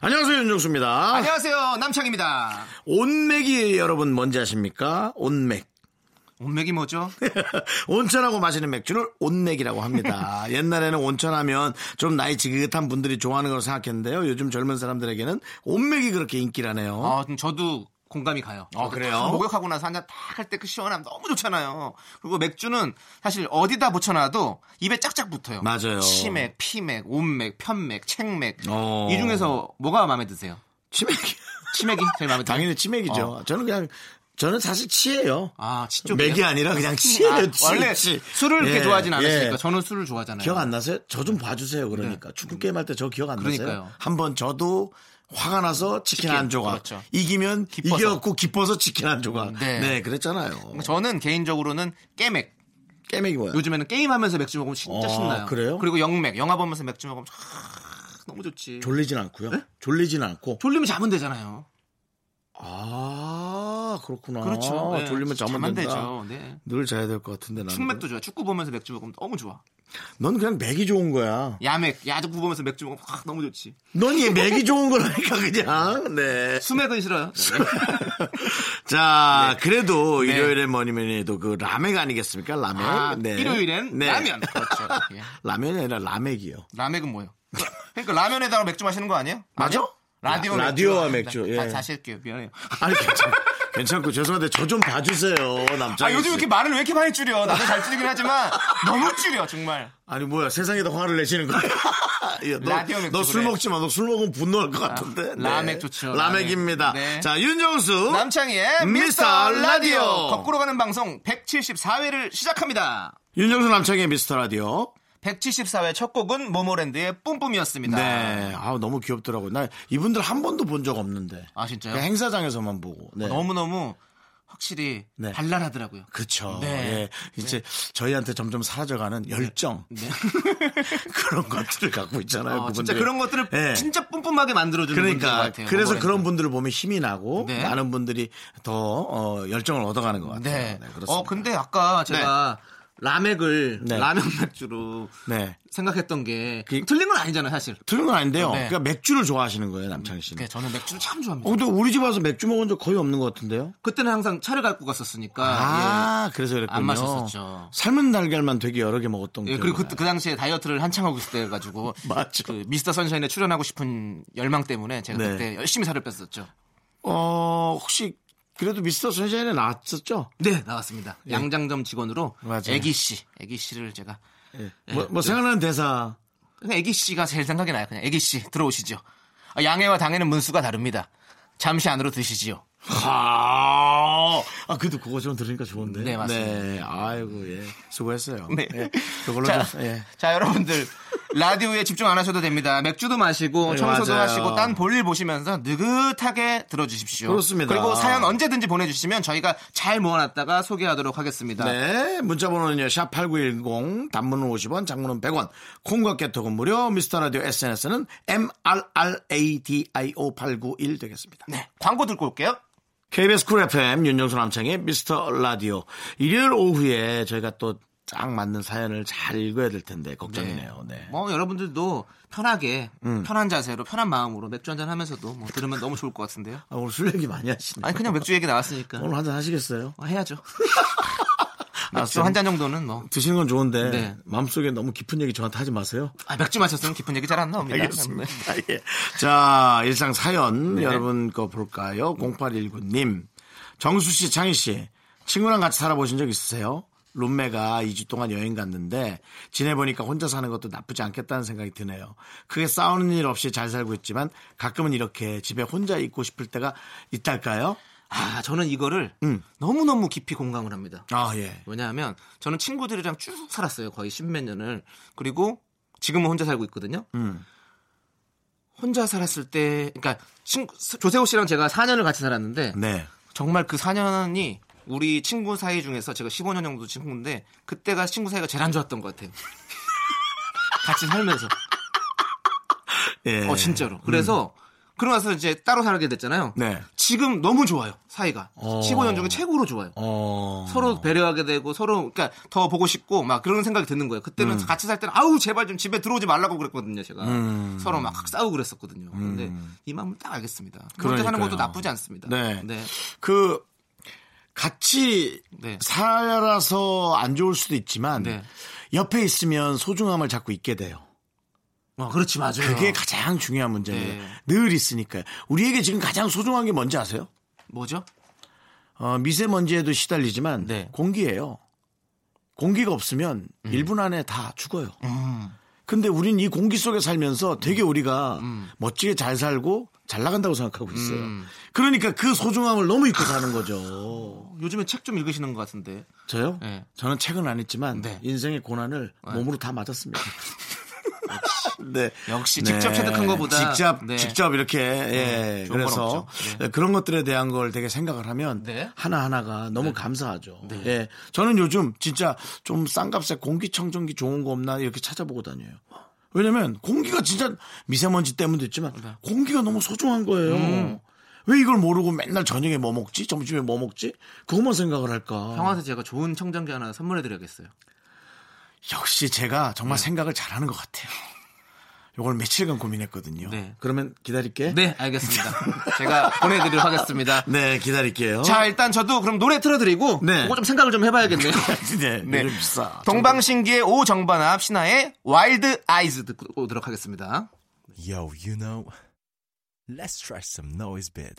안녕하세요 윤정수입니다. 안녕하세요 남창입니다 온맥이 여러분 뭔지 아십니까? 온맥. 온맥이 뭐죠? 네. 온천하고 마시는 맥주를 온맥이라고 합니다. 옛날에는 온천하면 좀 나이 지긋한 분들이 좋아하는 걸로 생각했는데요. 요즘 젊은 사람들에게는 온맥이 그렇게 인기라네요. 아, 좀 저도 공감이 가요 아, 그래요? 다 목욕하고 나서 한잔 탁할 때 그 시원함 너무 좋잖아요 그리고 맥주는 사실 어디다 붙여놔도 입에 짝짝 붙어요 맞아요. 치맥, 피맥, 온맥, 편맥, 책맥 어. 이 중에서 뭐가 마음에 드세요? 치맥. 치맥이 제일 마음에 드세요? 당연히 치맥이죠. 저는 그냥 저는 사실 치예요. 어. 아, 치 쪽이요? 맥이 아니라 그냥 치예요. 아, 치, 원래 치. 술을 예, 그렇게 좋아하진 않으시니까 예. 저는 술을 좋아하잖아요 기억 안 나세요? 저 좀 봐주세요. 그러니까 축구 게임 할 때 저 기억 안 나세요? 네. 그러니까요. 음, 한 번 저도 화가 나서 치킨, 치킨, 한 조각. 그렇죠. 이기면 기뻐서. 이겨갖고 기뻐서 치킨 한 조각. 네, 네. 그랬잖아요. 저는 개인적으로는 깨맥 깨맥이 뭐야? 요즘에는 게임하면서 맥주 먹으면 진짜 아, 신나요. 그래요? 그리고 영맥, 영화 보면서 맥주 먹으면 촤악, 너무 좋지. 졸리진 않고요. 네? 졸리진 않고. 졸리면 자면 되잖아요. 아 그렇구나. 그렇죠. 네, 졸리면 자면 자면 된다. 되죠. 네. 늘 자야 될 것 같은데 나는. 숙맥도 좋아. 축구 보면서 맥주 먹으면 너무 좋아. 넌 그냥 맥이 좋은 거야. 야맥, 야구 보면서 맥주 먹으면 확 너무 좋지. 넌 얘 맥이 좋은 거라니까 그냥. 네. 수맥은 싫어요. 자, 그래도 네. 일요일에 뭐니면 해도 그 라멕 아니겠습니까? 라멕. 아, 네. 일요일엔 라면. 그렇죠. 예. 라면이 아니라 라멕이요. 라맥은 뭐예요? 그러니까 라면에다가 맥주 마시는 거 아니에요? 맞아? 라- 라디오 맥주. 네. 라디오와 맥주, 예. 다, 다시 할게요. 미안해요. 아니, 괜찮, 괜찮고 죄송한데 저 좀 봐주세요, 남자. 아, 요즘 이렇게 말을 왜 이렇게 많이 줄여? 나도 잘 줄이긴 하지만 너무 줄여, 정말. 아니 뭐야 세상에다 화를 내시는 거야? 라디오 맥주 너술 그래. 아, 먹지 마. 너 술 먹으면 분노할 것 같은데. 네. 라멕 좋죠, 라멕입니다. 라멕. 네. 자 윤정수 남창희의 음, 미스터 미스터 라디오 라디오. 거꾸로 가는 방송 174회를 시작합니다. 윤정수 남창의 미스터 라디오. 174회 첫 곡은 모모랜드의 뿜뿜이었습니다. 네. 아 너무 귀엽더라고요. 나 이분들 한 번도 본 적 없는데. 아 진짜요? 그냥 행사장에서만 보고. 네. 너무 너무 확실히 네. 발랄하더라고요. 그쵸. 네. 예. 이제 저희한테 점점 사라져가는 열정. 그런 것들을 갖고 있잖아요. 어, 그분들. 네. 진짜 그런 것들을 예. 진짜 뿜뿜하게 만들어주는 분들 그러니까 같아요. 그래서 모모랜드. 그런 분들을 보면 힘이 나고 네. 많은 분들이 더 어, 열정을 얻어가는 것 같아요. 네. 그렇습니다. 어 근데 아까 제가 라맥을 네. 라면 맥주로 네. 생각했던 게 그- 음. 틀린 건 아니잖아요, 사실. 틀린 건 아닌데요. 네. 그러니까 맥주를 좋아하시는 거예요, 남창희 씨는. 네, 저는 맥주를 참 어, 좋아합니다. 근데 우리 집 와서 맥주 먹은 적 거의 없는 것 같은데요. 그때는 항상 차를 갖고 갔었으니까 예. 아, 그래서 그랬군요. 안 마셨었죠. 삶은 달걀만 되게 여러 개 먹었던 예, 기억이 그리고 그, 나요. 그 당시에 다이어트를 한창 하고 있을 때 가지고 맞죠. 그 미스터 선샤인에 출연하고 싶은 열망 때문에 제가 네. 그때 열심히 살을 뺐었죠. 어, 혹시 그래도 미스터 선샤인에 나왔었죠? 네, 나왔습니다. 양장점 직원으로 예. 맞아요. 애기 씨, 애기 씨를 제가 뭐, 예. 뭐 생각나는 대사. 그냥 애기 씨가 제일 생각이 나요. 그냥 애기 씨 들어오시죠. 아, 양해와 당해는 문수가 다릅니다. 잠시 안으로 드시지요. 하. 아, 그래도 그거 좀 들으니까 좋은데. 네, 맞습니다. 네. 아이고, 예. 수고했어요. 네. 예. 그걸로 자, 좀, 예. 자, 여러분들 라디오에 집중 안 하셔도 됩니다. 맥주도 마시고 네, 청소도 맞아요. 하시고 딴 볼일 보시면서 느긋하게 들어주십시오. 그렇습니다. 그리고 사연 언제든지 보내주시면 저희가 잘 모아놨다가 소개하도록 하겠습니다. 네, 문자 번호는요. 샵 8910 단문은 50원, 장문은 100원. 콩과 깨톡은 무료. 미스터 라디오 SNS는 MRRADIO891 되겠습니다. 네, 광고 듣고 올게요. KBS 쿨 FM 윤정수 남창의 미스터 라디오. 일요일 오후에 저희가 또 딱 맞는 사연을 잘 읽어야 될 텐데 걱정이네요. 네. 뭐 여러분들도 편하게 편한 자세로 편한 마음으로 맥주 한잔 하면서도 뭐 들으면 너무 좋을 것 같은데요. 아, 오늘 술 얘기 많이 하시네. 아니 그냥 맥주 얘기 나왔으니까 오늘 한잔 하시겠어요? 어, 해야죠. 맥주 알았어요. 한 잔 정도는 뭐 드시는 건 좋은데 네. 마음속에 너무 깊은 얘기 저한테 하지 마세요. 아, 맥주 마셨으면 깊은 얘기 잘 안 나옵니다. 네. 예. 자, 일상 사연 여러분 거 볼까요? 0819님. 정수 씨, 창희 씨. 친구랑 같이 살아보신 적 있으세요? 룸메가 2주 동안 여행 갔는데 지내보니까 혼자 사는 것도 나쁘지 않겠다는 생각이 드네요. 크게 싸우는 일 없이 잘 살고 있지만 가끔은 이렇게 집에 혼자 있고 싶을 때가 있달까요? 아 저는 이거를 너무 너무 깊이 공감을 합니다. 아, 예. 왜냐하면 저는 친구들이랑 쭉 음, 살았어요. 거의 십몇 년을. 그리고 지금은 혼자 살고 있거든요. 혼자 살았을 때, 그러니까 친구, 조세호 씨랑 제가 4년을 같이 살았는데 네. 정말 그 4년이 우리 친구 사이 중에서 제가 15년 정도 친구인데 그때가 친구 사이가 제일 안 좋았던 것 같아요. 같이 살면서. 예. 어 진짜로. 그래서 그러고 나서 이제 따로 살게 됐잖아요. 음. 네. 지금 너무 좋아요 사이가. 어. 15년 중에 최고로 좋아요. 어. 서로 배려하게 되고 서로 그러니까 더 보고 싶고 막 그런 생각이 드는 거예요. 그때는 음. 같이 살 때는 아우 제발 좀 집에 들어오지 말라고 그랬거든요. 제가 음. 서로 막 싸우고 그랬었거든요. 근데 이 마음을 딱 알겠습니다. 그렇게 사는 그러니까요. 것도 나쁘지 않습니다. 네. 그 같이 네. 살아서 안 좋을 수도 있지만 네. 옆에 있으면 소중함을 자꾸 잊게 돼요. 어, 그렇지 맞아요. 그게 가장 중요한 문제입니다. 네. 늘 있으니까요. 우리에게 지금 가장 소중한 게 뭔지 아세요? 뭐죠? 어, 미세먼지에도 시달리지만 네. 공기예요. 공기가 없으면 1분 안에 다 죽어요. 근데 우린 이 공기 속에 살면서 되게 우리가 멋지게 잘 살고 잘 나간다고 생각하고 있어요. 그러니까 그 소중함을 너무 잊고 사는 거죠. 요즘에 책 좀 읽으시는 것 같은데. 저요? 네. 저는 책은 안 했지만 네. 인생의 고난을 몸으로 다 맞았습니다. 네. 역시 직접 체득한 것보다 직접 네. 직접 이렇게 예. 좋은 건 그래서 없죠. 네. 그런 것들에 대한 걸 되게 생각을 하면 네. 하나 하나가 너무 감사하죠. 예. 저는 요즘 진짜 좀 싼값에 공기청정기 좋은 거 없나 이렇게 찾아보고 다녀요. 왜냐면 공기가 진짜 미세먼지 때문도 있지만 네. 공기가 너무 소중한 거예요. 음. 왜 이걸 모르고 맨날 저녁에 뭐 먹지? 점심에 뭐 먹지? 그것만 생각을 할까? 평화서 제가 좋은 청정기 하나 선물해드려야겠어요. 역시 제가 네. 정말 생각을 잘하는 것 같아요. 요걸 며칠간 고민했거든요. 네. 그러면 기다릴게. 네, 알겠습니다. 제가 보내드리도록 하겠습니다. 네, 기다릴게요. 자, 일단 저도 그럼 노래 틀어드리고 네. 그거 좀 생각을 좀 해봐야겠네요. 네, 네. 요즘 비싸. 동방신기의 오정반합 신화의 와일드 아이즈 듣고 오도록 하겠습니다. Yo, you know, let's try some noise bit.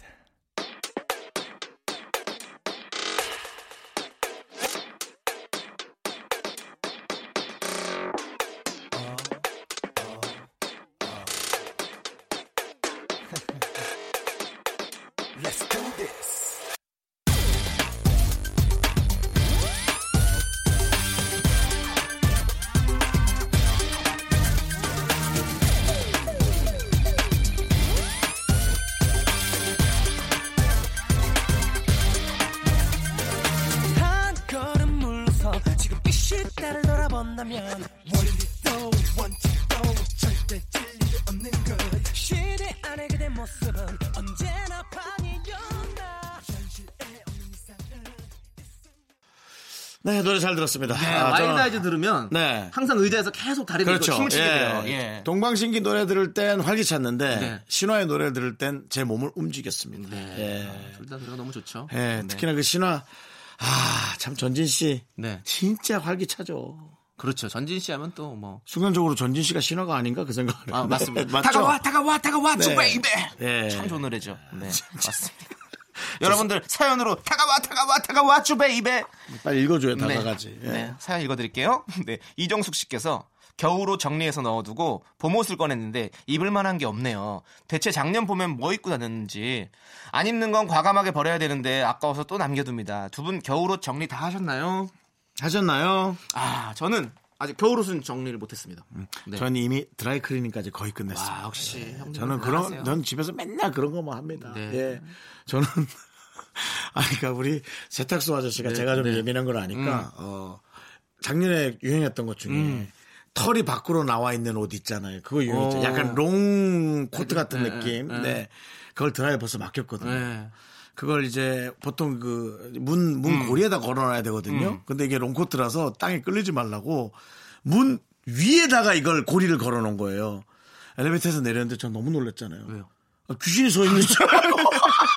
Let's do this. 한 걸음 물러서 지금 빛이 나를 돌아본다면 원리도 원칙도 절대 진리 없는 것 시대 안에 그대 모습은 언제나 반이었나 현실에 없는 이상은 네, 노래 잘 들었습니다. 아, 저는- 와일드 아이즈 들으면 네. 항상 의자에서 계속 다리 들고 그렇죠. 춤을 추게 예. 돼요. 예. 동방신기 노래 들을 땐 활기찼는데 네. 신화의 노래 들을 땐 제 몸을 움직였습니다. 예. 둘다 노래가 너무 좋죠. 예, 특히나 그 신화 아, 참 전진 씨. 네. 진짜 활기차죠. 그렇죠. 전진 씨 하면 또 뭐. 순간적으로 전진 씨가 신화가 아닌가 그 생각을. 아, 했는데. 맞습니다. 맞죠? 다가와, 다가와, 다가와, 네. 주베이베. 예. 참 좋은 노래죠. 네. 맞습니다. 여러분들 사연으로 다가와, 다가와, 다가와, 주베이베. 빨리 읽어줘요. 그 다가가지. 예. 네. 네, 사연 읽어드릴게요. 네, 이정숙 씨께서 겨울옷 정리해서 넣어두고 봄옷을 꺼냈는데 입을 만한 게 없네요. 대체 작년 봄엔 뭐 입고 다녔는지 안 입는 건 과감하게 버려야 되는데 아까워서 또 남겨둡니다. 두 분 겨울옷 정리 다 하셨나요? 하셨나요? 아 저는 아직 겨울옷은 정리를 못했습니다. 네. 음. 저는 이미 드라이 클리닝까지 거의 끝냈습니다. 와 역시 형님 저는 그런, 네. 전 집에서 맨날 그런 거만 합니다. 네. 예. 저는, 아니, 그러니까 우리 세탁소 네, 아저씨가 제가 좀 예민한 걸 아니까, 음. 어, 작년에 유행했던 것 중에, 털이 밖으로 나와 있는 옷 있잖아요. 그거 유행했죠. 어. 약간 롱 코트 같은 네, 느낌. 네, 네. 네. 그걸 드라이에 벌써 맡겼거든요. 네. 그걸 이제 보통 그 문, 문 음. 고리에다 걸어놔야 되거든요. 근데 이게 롱코트라서 땅에 끌리지 말라고 문 위에다가 이걸 고리를 걸어 놓은 거예요. 엘리베이터에서 내렸는데 전 너무 놀랐잖아요. 왜요? 아, 귀신이 서 있는 줄 알고.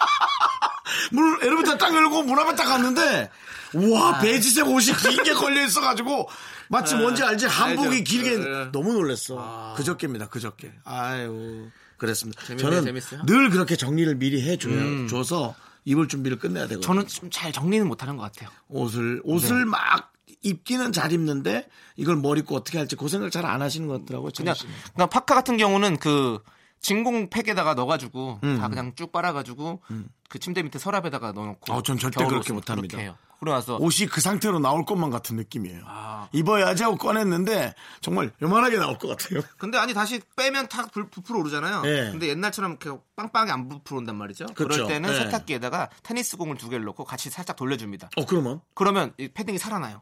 문, 엘리베이터 딱 열고 문 앞에 딱 갔는데, 아. 와, 베지색 옷이 길게 걸려 있어가지고, 마치 뭔지 알지? 한복이 알죠. 길게. 네. 너무 놀랐어. 그저께입니다, 그저께. 아유. 그랬습니다. 재밌네요, 저는 재밌어요. 늘 그렇게 정리를 미리 해줘요. 줘서 입을 준비를 끝내야 되고. 저는 좀 잘 정리는 못하는 것 같아요. 옷을, 옷을 막 입기는 잘 입는데, 이걸 뭘 입고 어떻게 할지 그 고생을 잘 안 하시는 것 같더라고요. 그냥, 그냥 파카 같은 경우는 그 진공 팩에다가 넣어가지고 음. 다 그냥 쭉 빨아가지고 그 침대 밑에 서랍에다가 넣어놓고. 어, 전 절대 겨울 그렇게 옷은 못합니다. 그렇게 해요. 그러고 나서 옷이 그 상태로 나올 것만 같은 느낌이에요. 아, 입어야지 하고 꺼냈는데 정말 요만하게 나올 것 같아요. 근데 아니 다시 빼면 탁 불- 부풀어 오르잖아요. 예. 근데 옛날처럼 이렇게 빵빵히 안 부풀어 온단 말이죠. 그 그렇죠. 럴 때는 예. 세탁기에다가 테니스 공을 두 개를 넣고 같이 살짝 돌려줍니다. 어 그러면 그러면 이 패딩이 살아나요.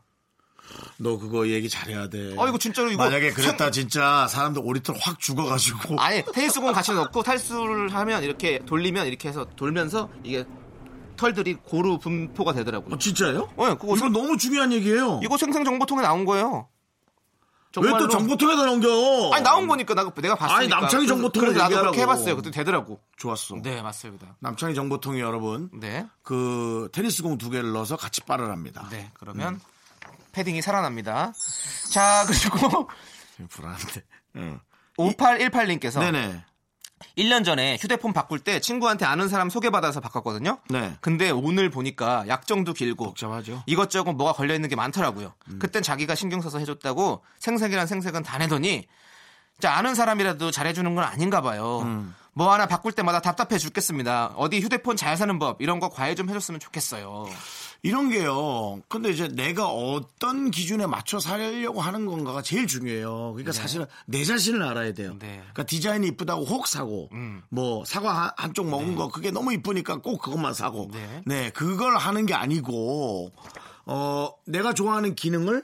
너 그거 얘기 잘해야 돼. 어, 이거 진짜로 이거 만약에 그랬다 생- 진짜 사람들 오리털 확 죽어가지고 아니 테니스 공 같이 넣고 탈수를 하면 이렇게 돌리면 이렇게 해서 돌면서 이게 털들이 고루 분포가 되더라고요. 어, 진짜요? 예, 이거 그거 생- 너무 중요한 얘기예요. 이거 생생정보통에 나온 거예요. 어. 왜 정말로. 또 정보통에다 넘겨? 아니 나온 거니까 나 내가 봤으니까. 아니, 남창희 그래서- 정보통을 그래서 나도 얘기하라고. 그렇게 해봤어요. 그때 되더라고. 좋았어. 네 맞습니다. 남창희 정보통이 여러분 네, 그 테니스공 두 개를 넣어서 같이 빨아랍니다. 네 그러면 음. 패딩이 살아납니다. 자 그리고 불안한데. 5818님께서 네네. 1년 전에 휴대폰 바꿀 때 친구한테 아는 사람 소개받아서 바꿨거든요. 네. 근데 오늘 보니까 약정도 길고 복잡하죠. 음. 이것저것 뭐가 걸려 있는 게 많더라고요. 그땐 자기가 신경 써서 해줬다고 생색이란 생색은 다 내더니 자 아는 사람이라도 잘해주는 건 아닌가 봐요. 음. 뭐 하나 바꿀 때마다 답답해 죽겠습니다. 어디 휴대폰 잘 사는 법 이런 거 과외 좀 해줬으면 좋겠어요. 이런 게요. 근데 이제 내가 어떤 기준에 맞춰 살려고 하는 건가가 제일 중요해요. 그러니까 사실은 내 자신을 알아야 돼요. 네. 음. 그러니까 디자인이 이쁘다고 혹 사고, 뭐 사과 한- 한쪽 먹은 거 그게 너무 이쁘니까 꼭 그것만 사고, 네. 그걸 하는 게 아니고, 어 내가 좋아하는 기능을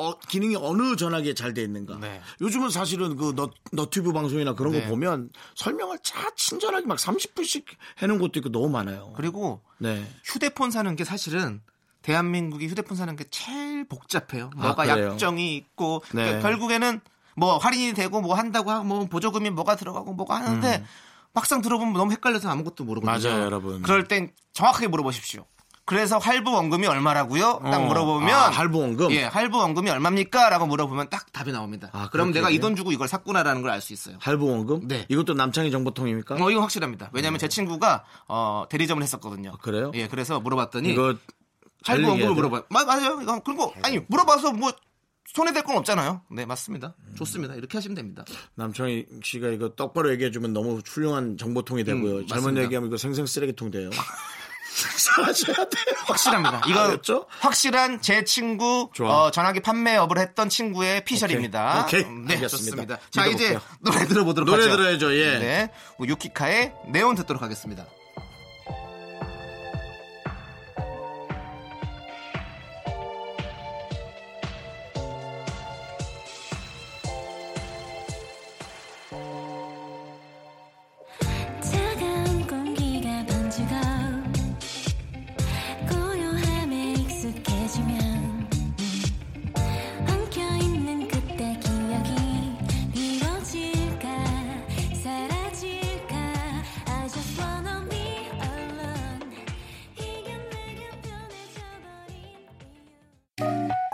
어, 기능이 어느 전화기에 잘 돼 있는가. 음. 네. 요즘은 사실은 그 너, 너튜브 방송이나 그런 네. 거 보면 설명을 차 친절하게 막 30분씩 해놓은 것도 있고 너무 많아요. 그리고 네. 휴대폰 사는 게 사실은 대한민국이 휴대폰 사는 게 제일 복잡해요. 아, 뭐가 그래요? 약정이 있고 네. 그러니까 결국에는 뭐 할인이 되고 뭐 한다고 하고 뭐 보조금이 뭐가 들어가고 뭐가 하는데 막상 들어보면 너무 헷갈려서 아무것도 모르거든요. 음. 맞아요, 여러분. 그럴 땐 정확하게 물어보십시오. 그래서 할부 원금이 얼마라고요? 딱 어. 물어보면 아, 할부 원금? 예, 할부 원금이 얼마입니까?라고 물어보면 딱 답이 나옵니다. 아, 그럼 그렇게 내가 이 얘기해요? 돈 주고 이걸 샀구나라는 걸 알 수 있어요. 할부원금? 네. 이것도 남창희 정보통입니까? 어, 이거 확실합니다. 왜냐하면 제 친구가 어, 대리점을 했었거든요. 음. 아, 그래요? 예, 그래서 물어봤더니 이거 잘 할부 얘기해야 돼요? 원금을 물어봐요. 맞, 맞아요. 이건 그리고 아니 물어봐서 뭐 손해 될 건 없잖아요. 네 맞습니다. 좋습니다. 이렇게 하시면 됩니다. 남창희 씨가 이거 똑바로 얘기해주면 너무 훌륭한 정보통이 되고요. 잘못 맞습니다. 얘기하면 이거 생생 쓰레기통 돼요. 사라져야 돼요. 확실합니다. 알겠죠? 이거 확실한 제 친구 아, 그렇죠? 좋아. 어, 전화기 판매업을 했던 친구의 피셜입니다. 오케이. 음, 알겠습니다. 네 좋습니다. 자 믿어볼게요. 이제 노래 들어보도록 노래 하죠. 들어야죠, 예. 네, 뭐 유키카의 네온 듣도록 하겠습니다. 차가운 공기가 번지고 고요함에 익숙해지면 엉켜있는 그때 기억이 이뤄질까 사라질까 I just wanna be alone 이겨내게 변해져버린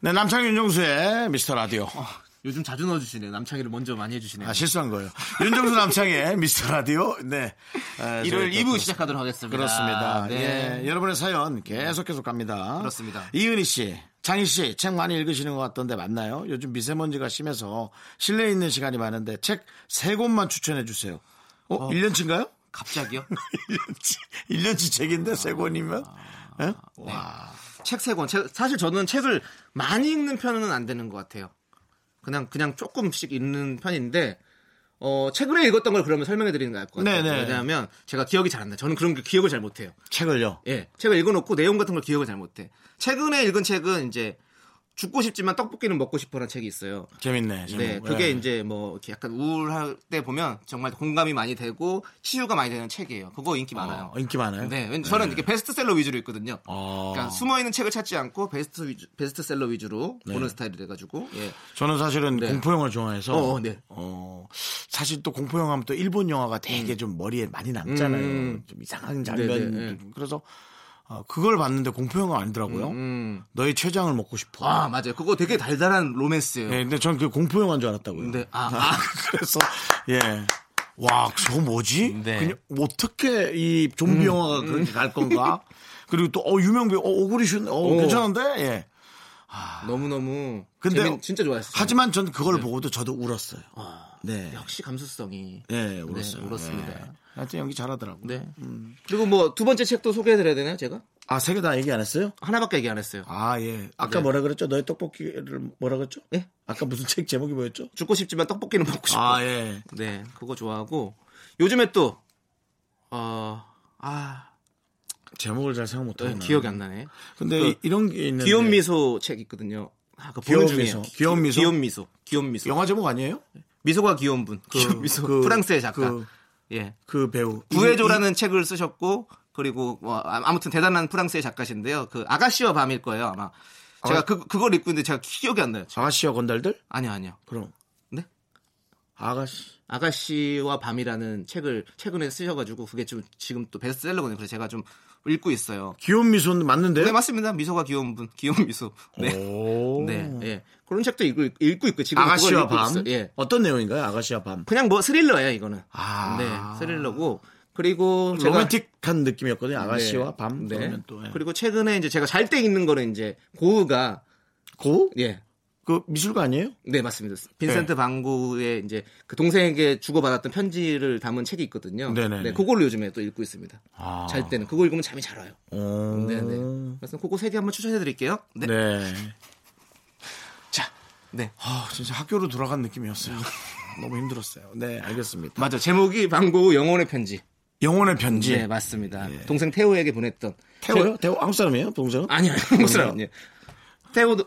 네, 남창희 윤정수의 미스터 라디오. 요즘 자주 넣어주시네. 남창희를 먼저 많이 해주시네. 아, 요 실수한 거예요. 윤정수 남창희의 미스터 라디오. 네. 에, 일요일 저희 2부 또 시작하도록 하겠습니다. 그렇습니다. 네. 예, 여러분의 사연 계속 계속 갑니다. 그렇습니다. 이은희 씨, 장희 씨, 책 많이 읽으시는 것 같던데 맞나요? 요즘 미세먼지가 심해서 실내에 있는 시간이 많은데 책 세 권만 추천해 주세요. 어, 1년치인가요? 갑자기요? 1년치, 1년치 책인데 세 권이면? 예? 와. 책 세 권. 책- 사실 저는 책을 많이 읽는 편은 안 되는 것 같아요. 그냥 그냥 조금씩 읽는 편인데 어 책으로 읽었던 걸 그러면 설명해 드리는 게 알 것 같아요. 네네. 왜냐하면 제가 기억이 잘 안 나요. 저는 그런 게 기억을 잘 못해요. 책을요? 예, 책을 읽어놓고 내용 같은 걸 기억을 잘 못해. 최근에 읽은 책은 이제 죽고 싶지만 떡볶이는 먹고 싶어라는 책이 있어요. 재밌네. 재밌- 네, 그게 예. 이제 뭐 이렇게 약간 우울할 때 보면 정말 공감이 많이 되고 치유가 많이 되는 책이에요. 그거 인기 많아요. 어, 인기 많아요? 네, 왠- 저는 이렇게 베스트셀러 위주로 읽거든요. 아. 그러니까 숨어 있는 책을 찾지 않고 베스트 위주, 베스트셀러 위주로 보는 스타일이 돼가지고 예. 저는 사실은 네. 공포영화를 좋아해서 어, 어, 네. 어, 사실 또 공포영화 하면 또 일본 영화가 되게 좀 머리에 많이 남잖아요. 좀 이상한 장면. 음. 네, 네, 그래서 어, 그걸 봤는데 공포영화 아니더라고요. 음. 너의 췌장을 먹고 싶어. 아 맞아요. 그거 되게 달달한 로맨스예요. 예, 근데 전 그게 공포영화인 줄 알았다고요. 근데 네. 아, 아. 그래서 예. 와, 저거 뭐지? 네. 음. 그냥 어떻게 이 좀비 영화가 그렇게 갈 건가? 그리고 또 어, 유명 배우 어, 오그리슌 어, 괜찮은데? 네. 예. 너무 너무. 근데 재밌, 진짜 좋아했어요. 아, 하지만 전 그걸 네. 보고도 저도 울었어요. 네. 역시 감수성이. 예, 울었어요. 네, 울었습니다. 예. 하여튼 연기 잘하더라고. 네. 그리고 뭐 두 번째 책도 소개해드려야 되나요, 제가? 아, 세 개 다 얘기 안 했어요? 하나밖에 얘기 안 했어요. 아, 예. 아까 네. 뭐라 그랬죠? 너의 떡볶이를 뭐라 그랬죠? 예? 아까 무슨 책 제목이 뭐였죠? 죽고 싶지만 떡볶이는 먹고 싶어. 아, 예. 네, 그거 좋아하고 요즘에 또 어, 아, 제목을 잘 생각 못 또 하네. 기억이 안 나네. 근데 그 이- 이런 게 있는데. 귀여운 미소 책 있거든요. 아, 그 귀여운 보는 중이에요. 미소, 귀여운 미소? 네. 귀여운 미소. 귀여운 미소. 영화 제목 아니에요? 네. 미소가 귀여운 분. 귀여운 미소. 그- 프랑스의 작가. 그, 예. 그 배우. 구해조라는 책을 쓰셨고 그리고 뭐 아- 아무튼 대단한 프랑스의 작가신데요. 그 아가씨와 밤일 거예요 아마. 제가 그 그걸 입고 있는데 제가 기억이 안 나요. 이- 아가씨와 건달들? 아니요 아니요. 그럼. 네? 아가씨. 아가씨와 밤이라는 책을 최근에 쓰셔가지고 그게 지금 지금 또 베스트셀러거든요. 그래서 제가 좀 읽고 있어요. 귀여운 미소는 맞는데? 네 맞습니다. 미소가 귀여운 분, 귀여운 미소. 네, 오. 네, 예. 그런 책도 읽고, 읽고 있고 지금 아가씨와 그걸 읽고 밤. 있어요. 예, 어떤 내용인가요? 아가씨와 밤. 그냥 뭐 스릴러예요 이거는. 아. 네, 스릴러고 그리고 제가- 로맨틱한 느낌이었거든요. 아가씨와 네. 밤. 네. 그러면 또. 예. 그리고 최근에 이제 제가 잘 때 읽는 거는 이제 고흐가 고? 예. 그 미술가 아니에요? 네, 맞습니다. 빈센트 반 고흐의 이제 그 동생에게 주고받았던 편지를 담은 책이 있거든요. 네네네. 아. 네, 그걸로 요즘에 또 읽고 있습니다. 잘 때는 그거 읽으면 잠이 잘 와요. 오. 네, 네. 그래서 그거 세 개 한번 추천해 드릴게요. 네. 어. 네. 자. 네. 아, 진짜 학교로 돌아간 느낌이었어요. 너무 힘들었어요. 네, 알겠습니다. 맞아. 제목이 반 고흐 영혼의 편지. 영혼의 편지. 네, 맞습니다. 예. 동생 태호에게 보냈던 태호요? 태호 한국 사람이에요? 동생은? 네, 아니, 아니. 무슨 아니에요. 예. 태호도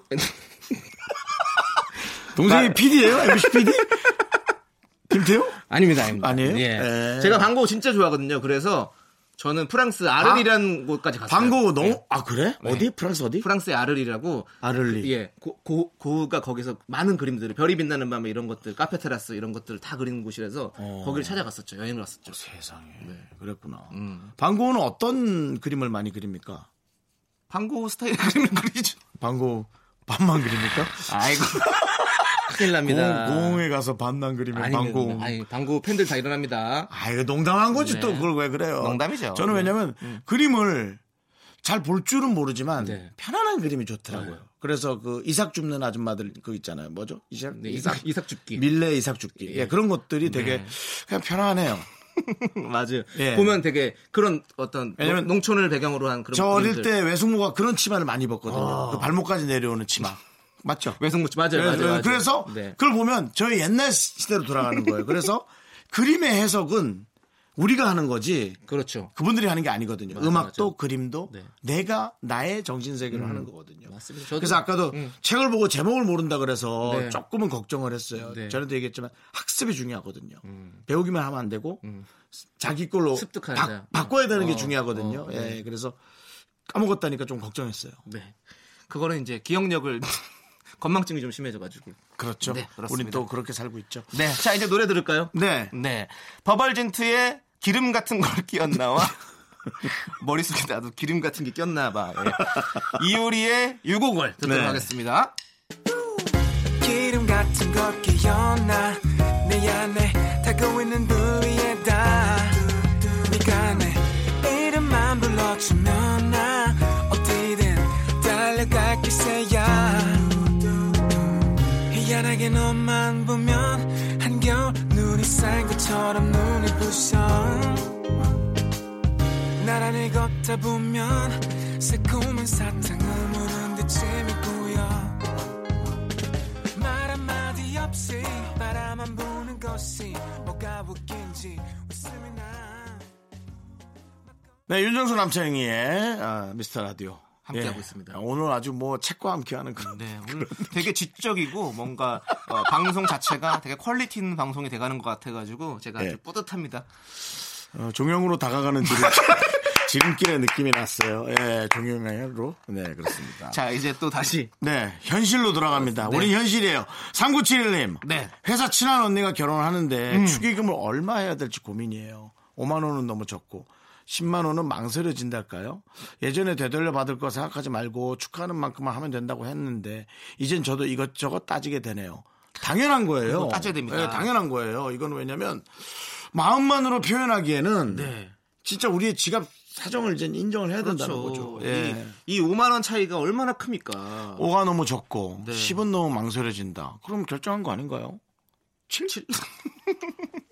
동생이 PD예요? MC PD? 김태호? 아닙니다, 아닙니다. 아니에요? 예. 예. 제가 방고 진짜 좋아하거든요. 그래서 저는 프랑스 아르리라는 곳까지 갔어요. 방고 너무 예. 아 그래? 어디? 네. 프랑스 어디? 프랑스의 아르리라고 아를리. 예, 고, 고, 고우가 거기서 많은 그림들을 별이 빛나는 밤에 이런 것들 카페 테라스 이런 것들을 다 그리는 곳이라서 어. 거기를 찾아갔었죠. 여행을 갔었죠. 세상에. 그랬구나. 방고는 어떤 그림을 많이 그립니까? 방고 스타일의 그림을 그리죠. 방고 밤만 그립니까? 아이고. 큰일 납니다. 공, 공에 가서 밤만 그리면 아닙니다. 방고. 아이, 방고 팬들 다 일어납니다. 아, 이거 농담한 거지 네. 또 그걸 왜 그래요? 농담이죠. 저는 네. 왜냐면 그림을 잘 볼 줄은 모르지만 네. 편안한 그림이 좋더라고요. 그래서 그 이삭 줍는 아줌마들 그 있잖아요. 뭐죠? 이삭 네, 이삭, 이삭 죽기. 네. 밀레 이삭 줍기. 예. 그런 것들이 되게 그냥 편안해요. 맞아요. 예. 보면 되게 그런 어떤 왜냐면 농- 농촌을 배경으로 한 그런 저 어릴 그림들. 때 외숙모가 그런 치마를 많이 입었거든요. 그 발목까지 내려오는 치마. 맞죠? 외숙모치 네, 맞아요, 예, 그래서, 맞아요, 맞아요. 그래서 네. 그걸 보면 저희 옛날 시대로 돌아가는 거예요. 그래서 그림의 해석은 우리가 하는 거지 그렇죠. 그분들이 하는 게 아니거든요. 음악도 그림도 내가 나의 정신 세계로 하는 거거든요. 네. 음, 맞습니다. 저도- 음. 그래서 아까도 책을 보고 제목을 모른다 그래서 네. 조금은 걱정을 했어요. 네. 음. 전에도 얘기했지만 학습이 중요하거든요. 배우기만 하면 안 되고 자기 걸로 습득하자. 바, 꿔야 되는 게 어, 중요하거든요. 어, 네. 예, 그래서 까먹었다 니까 좀 걱정했어요. 네. 그거는 이제 기억력을 건망증이 좀 심해져가지고. 그렇죠. 네, 그렇습니다. 우린 또 그렇게 살고 있죠. 네. 자 이제 노래 들을까요? 네. 네. 버벌진트의 기름 같은 걸 끼었나와 머릿속에 나도 기름 같은 게 꼈나 봐. 예. 이효리의 유곡을 듣도록 네. 하겠습니다. 기름 같은 것 기억나 내 안에 타고 있는 부위에다 네가 내 이름만 불러주면 나 어디든 달려갈 기세야 희한하게 너만 보면 한겨울 눈이 쌓인 것처럼 눈이 부셔 나란히 걷다 보면 새콤한 사탕을 무는 듯 재밌고요 말 한마디 없이 바라만 보는 것이 뭐가 웃긴지 웃음이 나 네, 윤정수 남창희의 아, 미스터 라디오 예. 함께하고 있습니다. 오늘 아주 뭐 책과 함께하는 그런 네. 오늘 되게 지적이고 뭔가 어, 방송 자체가 되게 퀄리티 있는 방송이 돼가는 것 같아가지고 제가 예. 아주 뿌듯합니다. 어, 종영으로 다가가는 지름, 지름길의 느낌이 났어요. 예, 종영으로. 네, 그렇습니다. 자 이제 또 다시 네, 현실로 돌아갑니다. 네. 우린 현실이에요. 3971님. 네. 음. 회사 친한 언니가 결혼하는데 축의금을 얼마 해야 될지 고민이에요. 5만 원은 너무 적고 10만 원은 망설여진달까요? 예전에 되돌려 받을 거 생각하지 말고 축하하는 만큼만 하면 된다고 했는데 이젠 저도 이것저것 따지게 되네요. 당연한 거예요. 그거 따져야 됩니다. 예, 당연한 거예요. 이건 왜냐면 마음만으로 표현하기에는 네. 진짜 우리의 지갑 사정을 이제 인정을 해야 된다는 거죠. 예. 그렇죠. 이, 이 5만 원 차이가 얼마나 큽니까? 5가 너무 적고 아. 네. 10은 너무 망설여진다. 그럼 결정한 거 아닌가요? 7? 7.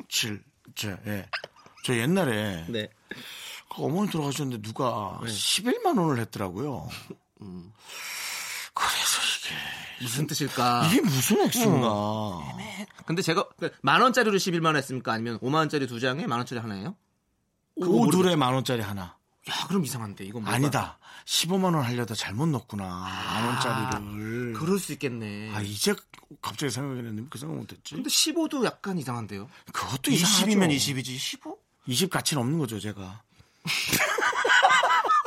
7. 저, 예. 저 옛날에 네. 그 어머니 돌아가셨는데 누가 11만 원을 했더라고요. 음. 무슨 뜻일까? 이게 무슨 액수인가? 음. 근데 제가 그만 원짜리로 11만 원 했습니까? 아니면 5만 원짜리 두 장에 만 원짜리 하나예요? 그 둘에 만 원짜리 하나. 야, 그럼 이상한데. 이건 뭔가- 아니다. 15만 원 하려다 잘못 넣었구나. 만 원짜리를. 아. 그럴 수 있겠네. 아, 이제 갑자기 생각이 났는데 그 생각 못 했지. 근데 15도 약간 이상한데요. 그것도 20이면 20이면 20이지 15? 20 가치는 없는 거죠, 제가.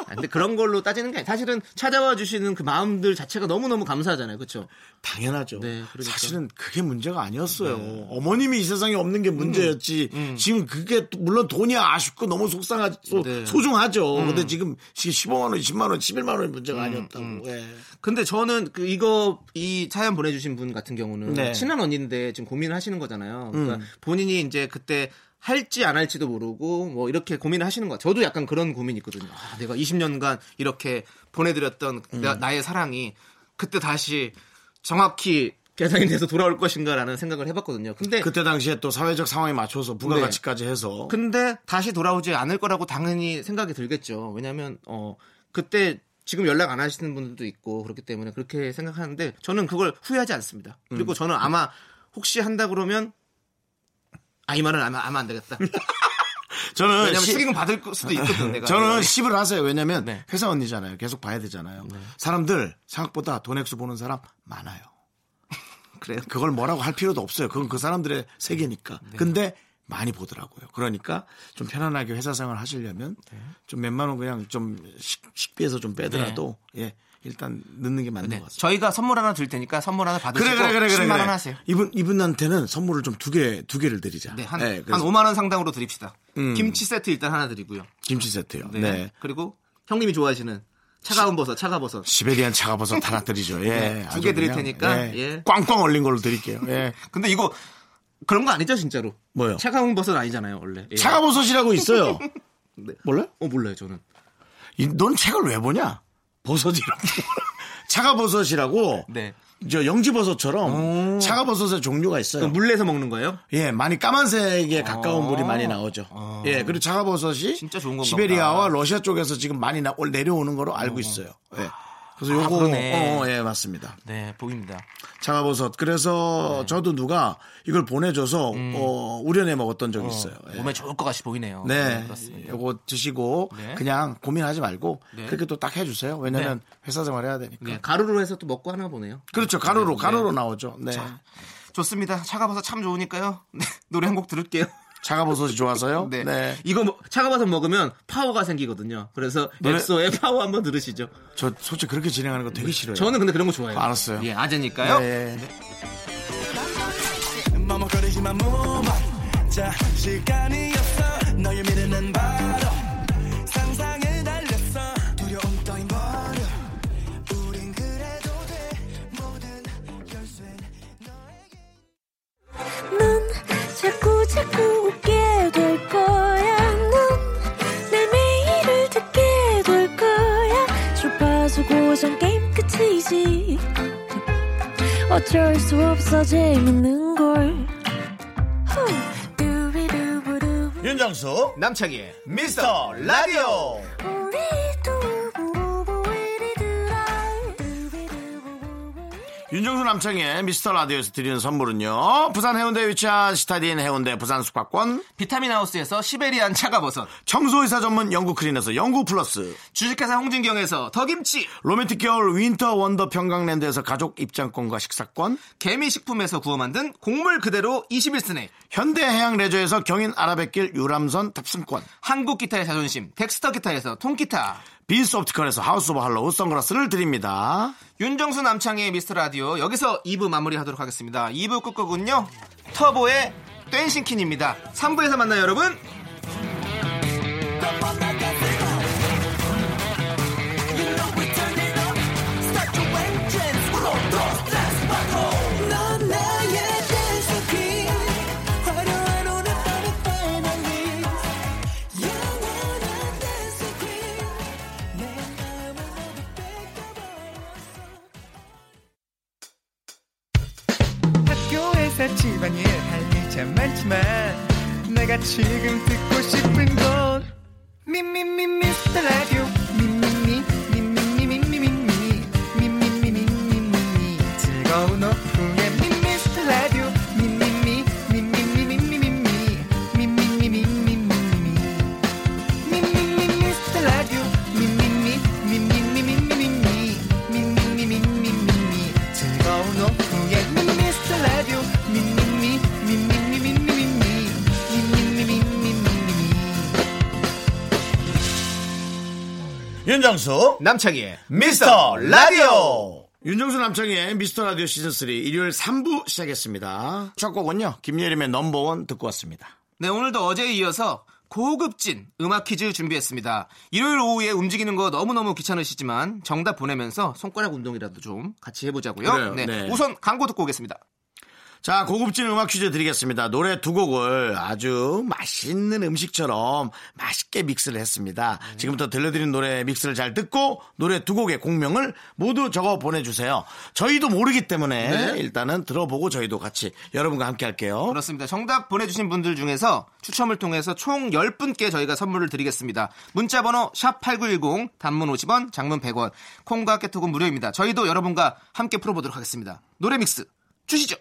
아, 근데 그런 걸로 따지는 게 아니라 사실은 찾아와 주시는 그 마음들 자체가 너무너무 감사하잖아요. 그렇죠? 당연하죠. 네, 그러니까. 네. 사실은 그게 문제가 아니었어요. 어머님이 이 세상에 없는 음, 게 문제였지. 지금 그게 또- 물론 돈이 아쉽고 너무 속상하죠. 네. 소중하죠. 근데 지금 15만 원, 20만 원, 11만 원의 문제가 음, 아니었다고. 예. 근데 저는 그 이거 이 사연 보내주신 분 같은 경우는 네. 음. 친한 언니인데 지금 고민을 하시는 거잖아요. 그러니까 본인이 이제 그때 할지 안 할지도 모르고 뭐 이렇게 고민을 하시는 거. 저도 약간 그런 고민이 있거든요. 아, 내가 20년간 이렇게 보내드렸던 음. 나, 나의 사랑이 그때 다시 정확히 계산이 돼서 돌아올 것인가라는 생각을 해봤거든요. 근데 그때 당시에 또 사회적 상황에 네. 맞춰서 부가가치까지 해서 근데 다시 돌아오지 않을 거라고 당연히 생각이 들겠죠. 왜냐면 어 그때 지금 연락 안 하시는 분들도 있고 그렇기 때문에 그렇게 생각하는데 저는 그걸 후회하지 않습니다. 그리고 음. 저는 아마 혹시 한다 그러면 아 이 말은 아마 아마 안 되겠다. 저는 왜냐면 시- 축의금 받을 수도 있거든 어, 내가. 어. 저는 10을 하세요. 왜냐면 그러니까 네. 회사 언니잖아요. 계속 봐야 되잖아요. 사람들 생각보다 돈 액수 보는 사람 많아요. 그래요. 그걸 뭐라고 할 필요도 없어요. 그건 그 사람들의 세계니까. 네. 근데 많이 보더라고요. 그러니까 좀 편안하게 회사 생활 하시려면 네. 좀 웬만한 건 그냥 좀 식, 식비에서 좀 빼더라도 예 일단 넣는 게 맞는 네. 것 같아요. 저희가 선물 하나 드릴 테니까 선물 하나 받으시고 그래 그래 그래 그래 10만 원 그래. 하세요. 이분 이분한테는 선물을 좀 두 개 두 개를 드리자. 네, 한, 예, 한 그래서 5만 원 상당으로 드립시다. 김치 세트 일단 하나 드리고요. 김치 세트요. 네. 네. 그리고 형님이 좋아하시는 차가운 버섯, 차가버섯. 시베리안 차가버섯 하나 드리죠. 예. 네, 두개 아주 드릴 그냥, 테니까, 예, 예. 꽝꽝 얼린 걸로 드릴게요. 예. 근데 이거 그런 거 아니죠 진짜로? 뭐요? 차가운 버섯 아니잖아요 원래. 예. 차가버섯이라고 있어요. 몰라? 어 몰라요 저는. 넌 책을 왜 보냐? 버섯이라고. 차가버섯이라고. 네. 저 영지버섯처럼 차가버섯의 종류가 있어요. 그럼 물내서 먹는 거예요? 예, 많이 까만색에 가까운 물이 많이 나오죠. 예, 그리고 차가버섯이 아. 진짜 좋은 건가 시베리아와 보다. 러시아 쪽에서 지금 많이 나, 올- 내려오는 거로 알고 있어요. 예. 그래서 아, 요거 그러네. 어, 예, 맞습니다. 네 보입니다. 차가버섯. 그래서 네. 저도 누가 이걸 보내줘서 어, 우려내 먹었던 적이 있어요. 예. 음. 몸에 좋을 것 같이 보이네요. 네, 그렇습니다. 요거 드시고 네. 그냥 고민하지 말고 네. 그렇게 또 딱 해주세요. 왜냐면 회사 생활 해야 되니까. 네, 가루로 해서 또 먹고 하나 보네요. 그렇죠. 가로로 가로로 나오죠. 네. 좋습니다. 차가버섯 참 좋으니까요. 네, 노래 한 곡 들을게요. 차가버섯이 좋아서요. 네. 네. 이거 뭐- 차가버섯 먹으면 파워가 생기거든요. 그래서 노래- 엑소의 파워 한번 들으시죠. 저 솔직히 그렇게 진행하는 거 되게 싫어요. 네. 저는 근데 그런 거 좋아해요. 네. 알았어요. 예, 아재니까요. 네. 머뭇거리지만 move 자 시간이었어 너의 미래는 바로 상상을 달렸어 두려움 떠인 버려 우린 그래도 돼 모든 열쇠 넌 자꾸 자꾸 웃게 될 거야. 넌내 매일을 듣게 될 거야. 주파수 고정 게임 끝이지. 어쩔 수 없어 재밌는 걸. 후. 두비두부두. 윤정수 남창희의 미스터 라디오. 우리 두부부부이리두라. 두비두부부부. 윤정수 남창의 미스터 라디오에서 드리는 선물은요. 부산 해운대에 위치한 시타딘 해운대 부산 숙박권, 비타민 하우스에서 시베리안 차가버섯, 청소이사 전문 영구 크린에서 영구 플러스, 주식회사 홍진경에서 더김치, 로맨틱 겨울 윈터 원더 평강랜드에서 가족 입장권과 식사권, 개미식품에서 구워 만든 곡물 그대로 21스낵 현대해양레저에서 경인 아라뱃길 유람선 탑승권 한국 기타의 자존심 덱스터 기타에서 통기타 빈스 옵티컬에서 하우스 오브 할로우 선글라스를 드립니다 윤정수 남창의 미스터라디오 여기서 2부 마무리하도록 하겠습니다 2부 끝곡은요 터보의 댄싱킨입니다 3부에서 만나요 여러분 넌 못할 살다 집안일 할 일 참 많지만 내가 지금 듣고 싶은 건 미미미 미스터 라디오 미미미 미미미 미미미 미미미 미미미 미미미 즐거운 오후에 미스터 라디오 미미미 미미미 미미미 미미미 미미미 미미미 윤정수 남창희의 미스터 라디오 윤정수 남창희의 미스터 라디오 시즌3 일요일 3부 시작했습니다 첫 곡은요 김예림의 넘버원 듣고 왔습니다 네, 오늘도 어제에 이어서 고급진 음악 퀴즈 준비했습니다. 일요일 오후에 움직이는 거 너무너무 귀찮으시지만 정답 보내면서 손가락 운동이라도 좀 같이 해보자고요. 그래요, 네, 네. 우선 광고 듣고 오겠습니다. 자, 고급진 음악 퀴즈 드리겠습니다. 노래 두 곡을 아주 맛있는 음식처럼 맛있게 믹스를 했습니다. 지금부터 들려드린 노래 믹스를 잘 듣고 노래 두 곡의 공명을 모두 적어 보내주세요. 저희도 모르기 때문에 일단은 들어보고 저희도 같이 여러분과 함께 할게요. 그렇습니다. 정답 보내주신 분들 중에서 추첨을 통해서 총 10분께 저희가 선물을 드리겠습니다. 문자번호 샵8910 단문 50원 장문 100원 콩과 깨톡은 무료입니다. 저희도 여러분과 함께 풀어보도록 하겠습니다. 노래 믹스 주시죠.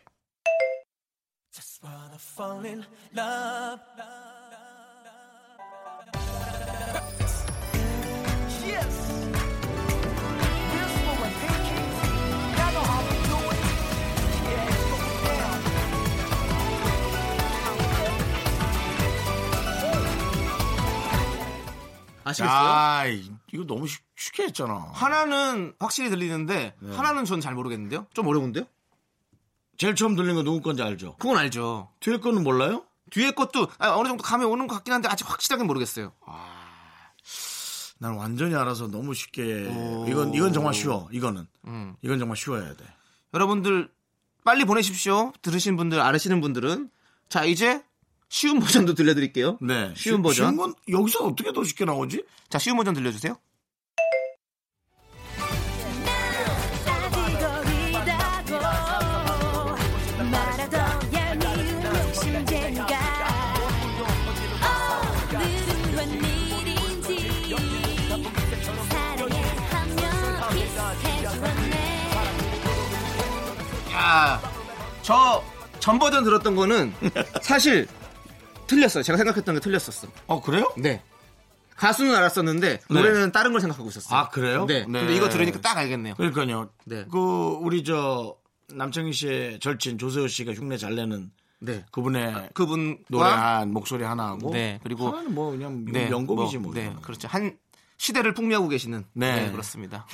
아시겠어요? 아, 이거 너무 쉽- 쉽게 했잖아. 하나는 확실히 들리는데 하나는 전 잘 모르겠는데요. 네. 좀 어려운데요? 제일 처음 들린 거 누구 건지 알죠? 그건 알죠. 뒤에 거는 몰라요? 뒤에 것도 아, 어느 정도 감이 오는 것 같긴 한데 아직 확실하게 모르겠어요. 난 완전히 알아서 너무 쉽게. 오. 이건, 이건 정말 쉬워. 이거는. 음. 이건 정말 쉬워야 돼. 여러분들 빨리 보내십시오. 들으신 분들 아시는 분들은 자 이제 쉬운 버전도 들려드릴게요. 네. 쉬운 쉬- 버전. 쉬운 건 여기서 어떻게 더 쉽게 나오지? 자 쉬운 버전 들려주세요. 나비거리다고 말하던 얄미운 욕심쟁이가 오늘은 웬일인지 사랑에 하며 키스해주었네 아, 저 전 버전 들었던 거는 사실 틀렸어요. 제가 생각했던 게 틀렸었어. 어, 그래요? 네. 가수는 알았었는데 노래는 다른 걸 생각하고 있었어요. 아, 그래요? 네. 네. 근데 이거 들으니까 딱 알겠네요. 그러니까요. 네. 그, 우리 저, 남창희 씨의 절친 조세호 씨가 흉내 잘 내는 네. 아, 그분의 그분과 노래한 목소리 하나 하고. 네, 그리고- 하나는 뭐 그냥 명곡이지 뭐. 네, 이거는. 그렇죠. 한 시대를 풍미하고 계시는 네. 네 그렇습니다.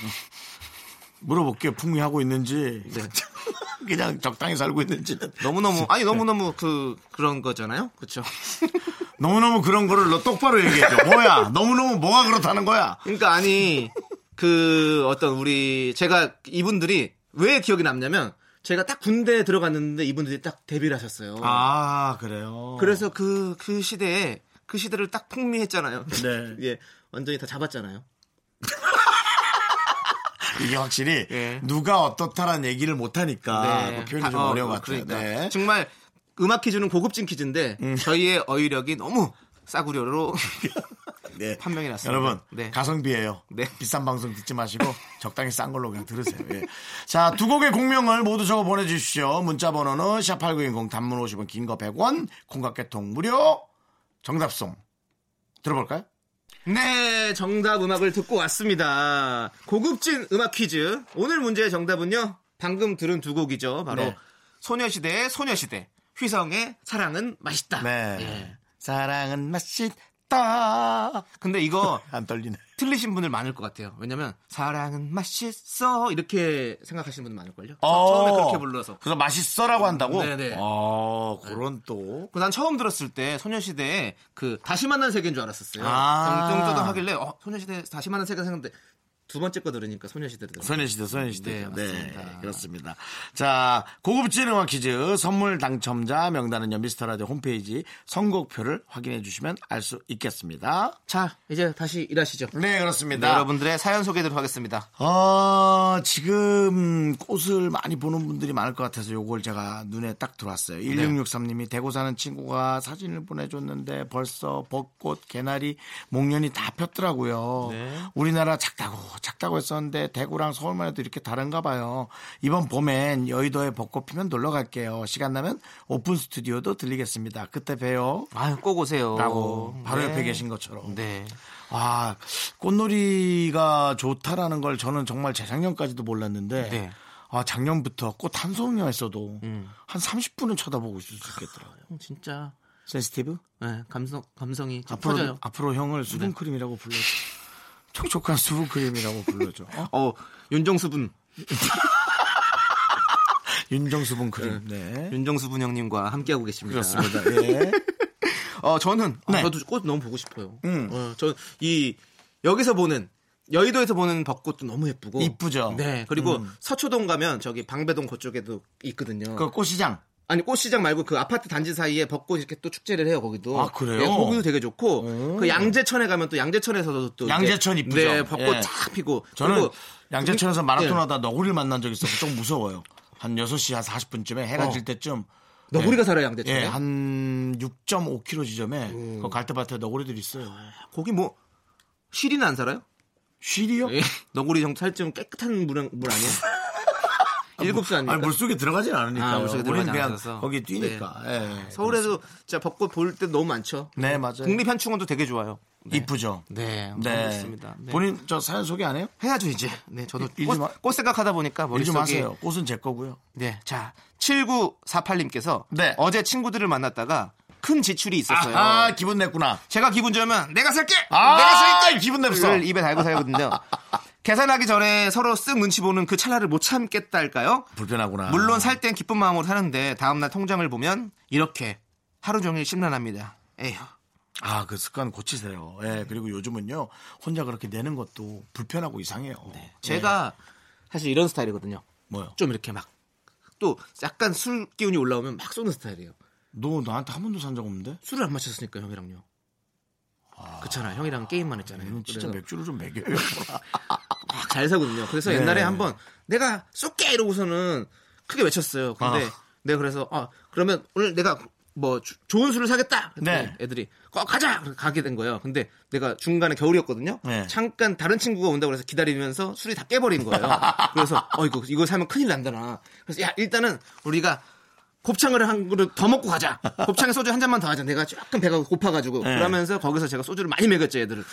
물어볼게요. 풍미하고 있는지. 그냥 적당히 살고 있는지는. 네. 너무너무 아니 너무너무 그 그런 거잖아요. 그렇죠. 너무너무 그런 거를 너 똑바로 얘기해줘. 뭐야? 너무너무 뭐가 그렇다는 거야? 그러니까 아니 그 어떤 우리 제가 이분들이 왜 기억이 남냐면 제가 딱 군대에 들어갔는데 이분들이 딱 데뷔를 하셨어요. 아, 그래요? 그래서 그 그 시대에 그 시대를 딱 풍미했잖아요. 네. 예. 완전히 다 잡았잖아요. 이게 확실히 예. 누가 어떻다라는 얘기를 못하니까 네. 뭐 표현이 좀 아, 어, 어려운 것 같아요. 그러니까. 네. 음. 정말 음악 퀴즈는 고급진 퀴즈인데 저희의 어휘력이 너무 싸구려로 네. 판명이 났습니다. 여러분 네. 가성비예요. 네. 비싼 방송 듣지 마시고 적당히 싼 걸로 그냥 들으세요. 예. 자, 두 곡의 공명을 모두 적어 보내주십시오. 문자 번호는 샵8910 단문 50원 긴 거 100원 콩각개통 무료 정답송 들어볼까요? 네, 정답 음악을 듣고 왔습니다. 고급진 음악 퀴즈. 오늘 문제의 정답은요. 방금 들은 두 곡이죠. 바로 네. 소녀시대의 소녀시대. 휘성의 사랑은 맛있다. 네. 예. 사랑은 맛있다. 근데 이거 안 떨리네. 틀리신 분들 많을 것 같아요. 왜냐면 사랑은 맛있어 이렇게 생각하시는 분들 많을걸요. 어. 처음에 그렇게 불러서. 그래서 맛있어라고 한다고? 네네. 어, 그런 또. 그난 처음 들었을 때 소녀시대의 그 다시 만난 세계인 줄 알았었어요. 아. 뚱뚱뚱 하길래 어, 소녀시대 다시 만난 세계 생각했는데 두 번째 거 들으니까 소녀시대 들으니까. 소녀시대, 소녀시대. 네, 네, 맞습니다. 그렇습니다. 자, 고급진 음악 퀴즈 선물 당첨자 명단은요, 미스터라디오 홈페이지 선곡표를 확인해 주시면 알 수 있겠습니다. 자, 이제 다시 일하시죠. 네, 네, 그렇습니다. 여러분들의 사연 소개해드리도록 하겠습니다. 어, 지금 꽃을 많이 보는 분들이 많을 것 같아서 요걸 제가 눈에 딱 네. 들어왔어요. 1663님이 대구 사는 친구가 사진을 보내줬는데 벌써 벚꽃, 개나리, 목련이 다 폈더라고요. 네. 우리나라 작다고, 작다고 했었는데 대구랑 서울만 해도 이렇게 다른가 봐요. 이번 봄엔 여의도에 벚꽃 피면 놀러 갈게요. 시간 나면 오픈 스튜디오도 들리겠습니다. 그때 봬요. 아유, 꼭 오세요. 라고 바로 네. 옆에 계신 것처럼. 네. 아, 꽃놀이가 좋다라는 걸 저는 정말 재작년까지도 몰랐는데, 네. 아, 작년부터 꽃 한 송이만 있어도 한 30분은 쳐다보고 있을 수 있겠더라고요. 형 진짜 센스티브? 네, 감성 감성이 좀 앞으로, 터져요. 앞으로 형을 수분크림이라고 불러줘. 촉촉한 수분크림이라고 불러줘. 어? 어, 윤정수분, 윤정수분크림. 네. 윤정수분 형님과 함께하고 계십니다. 그렇습니다. 예. 어, 저는 아, 네. 저도 꽃 너무 보고 싶어요. 음. 어, 저이 여기서 보는 여의도에서 보는 벚꽃도 너무 예쁘고 이쁘죠? 음. 네. 그리고 서초동 가면 저기 방배동 그쪽에도 있거든요. 그 꽃시장. 아니 꽃시장 말고 그 아파트 단지 사이에 벚꽃 이렇게 또 축제를 해요 거기도. 아, 그래요? 음. 네, 거기도 되게 좋고 그 양재천에 가면 또 양재천에서도 또 이제- 양재천 이쁘죠? 네, 벚꽃 예. 쫙 피고. 저는 그리고 양재천에서 마라톤 예. 하다 너구리를 만난 적이 있어서 좀 무서워요. 한 6시 한 40분쯤에 해가 어. 질 때쯤 너구리가 예. 살아요 양재천에. 예, 한 6.5km 지점에 그 갈대밭에 너구리들이 있어요. 거기 뭐 쉬리는 안 살아요? 쉬리요? 예. 너구리 정도 살좀 깨끗한 물, 물 아니에요? 일곱 수 아닙니까? 아니 물속에 들어가진 않으니까. 아, 물속에 우린 들어가지 그냥 않아서. 네. 거기 뛰니까. 예. 서울에도 진짜 벚꽃 볼 때 너무 많죠. 네, 맞아요. 국립현충원도 되게 좋아요. 네. 이쁘죠. 네, 네. 그렇습니다. 네. 본인 저 사연 소개 안 해요? 해야죠 이제. 네, 저도 일 꽃, 좀 하- 꽃 생각하다 보니까 일 좀 머릿속에 하세요. 꽃은 제 거고요. 네, 자 7948님께서 네. 어제 친구들을 만났다가 큰 지출이 있었어요. 아, 기분 냈구나. 제가 기분 좋으면 내가 살게. 아, 내가 살게. 기분 냅서. 를 입에 달고 살거든요. 계산하기 전에 서로 쓱 눈치 보는 그 찰나를 못 참겠다 할까요? 불편하구나. 물론 살 땐 기쁜 마음으로 사는데 다음날 통장을 보면 이렇게 하루 종일 심란합니다. 에휴. 아, 그 습관 고치세요. 예. 그리고 요즘은요. 혼자 그렇게 내는 것도 불편하고 이상해요. 네. 예, 제가 네. 사실 이런 스타일이거든요. 뭐요? 좀 이렇게 막 또 약간 술 기운이 올라오면 막 쏘는 스타일이에요. 너 나한테 한 번도 산 적 없는데? 술을 안 마셨으니까 형이랑요. 그렇잖아. 형이랑 게임만 했잖아요. 얘는 진짜 그래서 맥주를 좀 먹여요. 막잘 사거든요. 그래서 옛날에 한번 내가 쏠게 이러고서는 크게 외쳤어요. 근데 아. 내가 그래서 아 그러면 오늘 내가 뭐 주- 좋은 술을 사겠다. 그랬더니 네. 애들이 어, 가자 그래서 가게 된 거예요. 근데 내가 중간에 겨울이었거든요. 네. 잠깐 다른 친구가 온다고 그래서 기다리면서 술이 다 깨버린 거예요. 그래서 어 이거 이거 사면 큰일 난다 나. 그래서 야 일단은 우리가 곱창을 한 그릇 더 먹고 가자. 곱창에 소주 한 잔만 더 하자. 내가 조금 배가 고파가지고 네. 그러면서 거기서 제가 소주를 많이 먹였죠 애들을.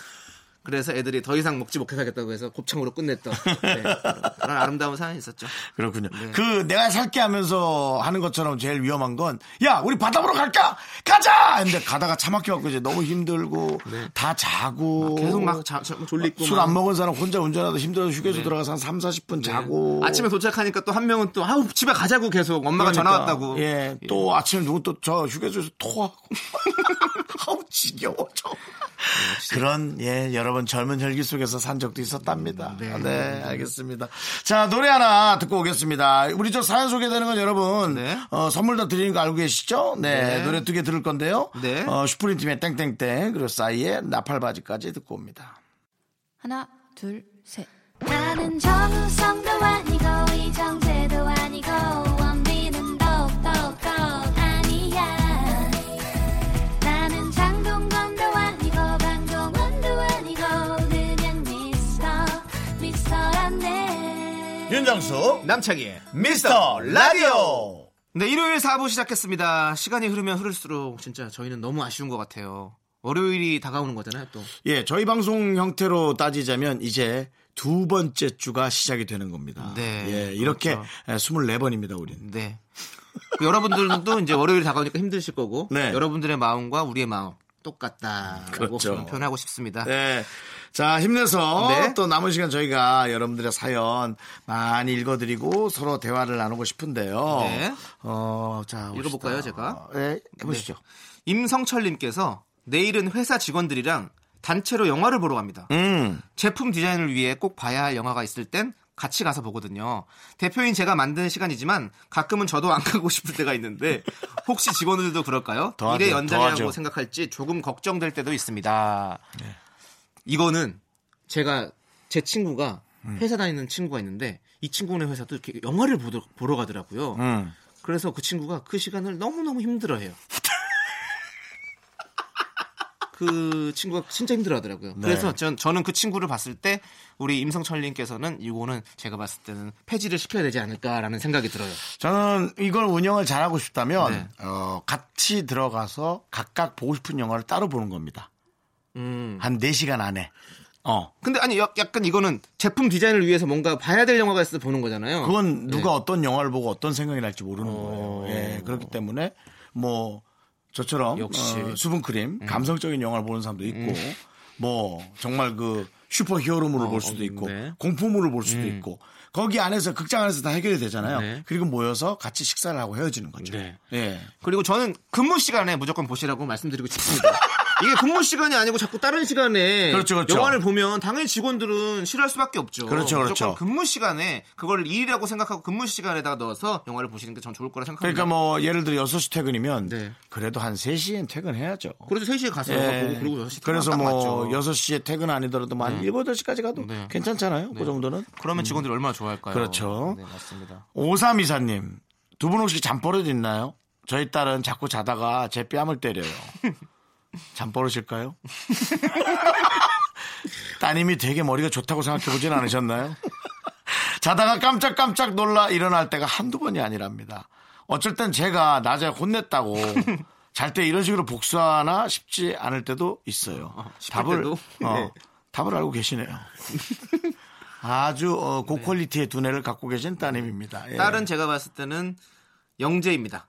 그래서 애들이 더 이상 먹지 못하겠다고 해서 곱창으로 끝냈던 네, 그런 아름다운 사연이 있었죠. 그렇군요. 네. 그 내가 살게 하면서 하는 것처럼 제일 위험한 건, 야, 우리 바다 보러 갈까? 가자! 근데 가다가 차 막혀갖고 이제 너무 힘들고, 다 자고. 계속 네. 막 자- 자- 졸리고 술 막. 네. 안 먹은 사람 혼자 운전하다 힘들어서 휴게소 들어가서 한 3, 40분 자고. 아침에 도착하니까 또 한 명은 또 아우 집에 가자고 계속 엄마가 전화 그러니까. 왔다고. 예, 또 아침에 누구 또 저 휴게소에서 토하고. 아우, 지겨워, 저. 그런, 예, 여러분 젊은 혈기 속에서 산 적도 있었답니다. 네, 알겠습니다. 자, 노래 하나 듣고 오겠습니다. 우리 저 사연 소개되는 건 여러분, 네. 어, 선물 다 드리는 거 알고 계시죠? 네, 네. 노래 두 개 들을 건데요. 네. 어, 슈프림 팀의 땡땡땡, 그리고 싸이의 나팔바지까지 듣고 옵니다. 하나, 둘, 셋. 나는 정우성도 아니고 이정재도 아니고 원빈은 더욱더 아니야 나는 장동건도 아니고 방종원도 아니고 그냥 미스터 미스터란데 윤정수, 남창희의 미스터 라디오! 네, 일요일 4부 시작했습니다. 시간이 흐르면 흐를수록 진짜 저희는 너무 아쉬운 것 같아요. 월요일이 다가오는 거잖아요, 또. 예, 저희 방송 형태로 따지자면 이제 두 번째 주가 시작이 되는 겁니다. 네, 예, 이렇게 그렇죠. 예, 24번입니다, 우리는. 네. 그 여러분들도 이제 월요일 다가오니까 힘드실 거고 네. 여러분들의 마음과 우리의 마음 똑같다라고 그렇죠. 표현하고 싶습니다. 네. 자, 힘내서 아. 네. 또 남은 시간 저희가 여러분들의 사연 많이 읽어드리고 서로 대화를 나누고 싶은데요. 네. 어, 자. 봅시다. 예, 읽어볼까요, 제가? 네, 해보시죠. 네. 임성철님께서 내일은 회사 직원들이랑 단체로 영화를 보러 갑니다. 음. 제품 디자인을 위해 꼭 봐야 할 영화가 있을 땐 같이 가서 보거든요. 대표인 제가 만드는 시간이지만 가끔은 저도 안 가고 싶을 때가 있는데 혹시 직원들도 그럴까요? 더 하죠, 일의 더 하죠. 네. 연장이라고 생각할지 조금 걱정될 때도 있습니다. 이거는 제가 제 친구가 음. 회사 다니는 친구가 있는데 이 친구네 회사도 이렇게 영화를 보러, 보러 가더라고요. 음. 그래서 그 친구가 그 시간을 너무너무 힘들어해요. 그 친구가 진짜 힘들어하더라고요. 네. 그래서 전, 저는 그 친구를 봤을 때 우리 임성철님께서는 이거는 제가 봤을 때는 폐지를 시켜야 되지 않을까라는 생각이 들어요. 저는 이걸 운영을 잘하고 싶다면 네. 어, 같이 들어가서 각각 보고 싶은 영화를 따로 보는 겁니다. 음. 한 4시간 안에. 어. 근데 아니 약- 약간 이거는 제품 디자인을 위해서 뭔가 봐야 될 영화가 있어서 보는 거잖아요. 그건 누가 네. 어떤 영화를 보고 어떤 생각이 날지 모르는 거예요. 예, 그렇기 때문에 뭐 저처럼 역시. 음. 어, 수분크림 감성적인 영화를 보는 사람도 있고 뭐 정말 그 슈퍼 히어로물을 어, 볼 수도 있고 네. 공포물을 볼 수도 있고 거기 안에서 극장 안에서 다 해결이 되잖아요. 네. 그리고 모여서 같이 식사를 하고 헤어지는 거죠. 네. 예. 그리고 저는 근무 시간에 무조건 보시라고 말씀드리고 싶습니다. 이게 근무 시간이 아니고 자꾸 다른 시간에 그렇죠, 그렇죠. 영화를 보면 당연히 직원들은 싫어할 수밖에 없죠. 그렇죠, 그렇죠. 무조건 근무 시간에 그걸 일이라고 생각하고 근무 시간에다가 넣어서 영화를 보시는 게 전 좋을 거라 생각합니다. 그러니까 뭐 예를 들어 6시 퇴근이면 네. 그래도 한 3시엔 퇴근해야죠. 예. 그래서 3시에 가서 영화 보고 그리고 6시 그래서 딱 뭐 맞죠. 여섯 6시에 퇴근 아니더라도 뭐한 7, 8시까지 가도 네. 괜찮잖아요. 그 정도는. 그러면 직원들이 얼마나 좋아할까요? 그렇죠. 네, 맞습니다. 오삼이사님, 두 분 혹시 잠버릇 있나요? 저희 딸은 자꾸 자다가 제 뺨을 때려요. 잠버릇일까요? 따님이 되게 머리가 좋다고 생각해보진 않으셨나요? 자다가 깜짝깜짝 놀라 일어날 때가 한두 번이 아니랍니다. 어쩔 땐 제가 낮에 혼냈다고 잘 때 이런 식으로 복수하나 싶지 않을 때도 있어요. 싶을 답을, 때도? 어, 네. 답을 알고 계시네요. 아주 어, 고퀄리티의 두뇌를 갖고 계신 따님입니다. 예. 딸은 제가 봤을 때는 영재입니다.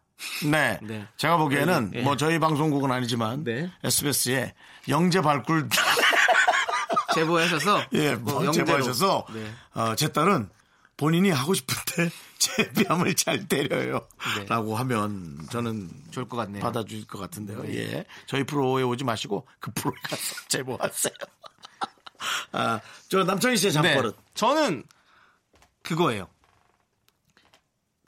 네. 네. 제가 보기에는 네. 뭐 저희 방송국은 아니지만 네. SBS에 영재 발굴 제보하셔서 예, 뭐 뭐 영재로. 제보하셔서 네. 어, 제 딸은 본인이 하고 싶은데 제 뺨을 잘 때려요. 네. 라고 하면 저는 좋을 것 같네요. 네. 받아줄 것 같은데요. 예. 저희 프로에 오지 마시고 그 프로에 가서 제보하세요. 아, 저 남창희 씨의 네. 잠버릇. 저는 그거예요.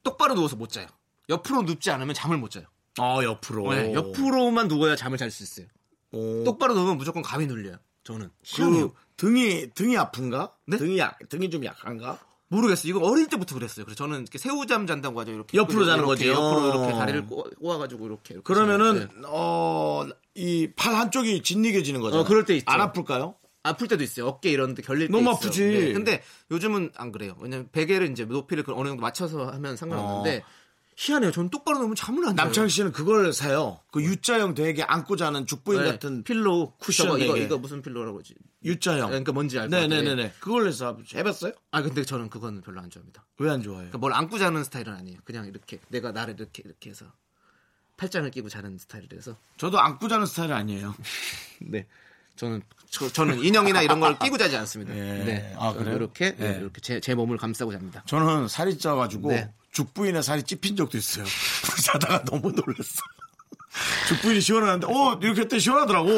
똑바로 누워서 못 자요. 옆으로 눕지 않으면 잠을 못 자요. 아, 옆으로. 네, 옆으로만 누워야 잠을 잘 수 있어요. 오. 똑바로 누우면 무조건 감이 눌려요. 저는 그 등이 등이 아픈가? 네? 등이 약 등이 좀 약한가? 모르겠어요. 이거 어릴 때부터 그랬어요. 그래서 저는 이렇게 새우잠 잔다고 하죠. 이렇게 옆으로 자는 이렇게 거죠. 옆으로 이렇게 다리를 꼬- 꼬아가지고 이렇게. 이렇게 그러면은 자요. 네. 어 이 팔 한쪽이 짓니겨지는 거죠. 어, 그럴 때 있죠. 안 아플까요? 아플 때도 있어요. 어깨 이런 데 결릴 때 너무 있어요. 아프지. 네. 근데 요즘은 안 그래요. 왜냐면 베개를 이제 높이를 그 어느 정도 맞춰서 하면 상관없는데 희한해요. 저는 똑바로 누우면 잠을 안 자요. 아. 남창희 씨는 그걸 사요. 그 U자형 되게 안고 자는 죽부인 네, 같은 필로 쿠션 저거 이거 되게. 이거 무슨 필로라고 그러지? U자형. 그러니까 뭔지 알것 같아요. 네네네네. 그걸 해서 해봤어요? 아 근데 저는 그건 별로 안 좋아합니다. 왜 안 좋아해요? 그러니까 뭘 안고 자는 스타일은 아니에요. 그냥 이렇게 내가 나를 이렇게 이렇게 해서 팔짱을 끼고 자는 스타일이라서 저도 안고 자는 스타일 아니에요. 네 저는 저, 는 인형이나 이런 걸 끼고 자지 않습니다. 예. 네, 아, 저는 그래요? 이렇게 네, 예. 이렇게 제, 제 몸을 감싸고 잡니다. 저는 살이 쪄가지고 네. 죽부인의 살이 찝힌 적도 있어요. 자다가 너무 놀랐어. 죽부인이 시원한데, 어, 이렇게 했더니 시원하더라고.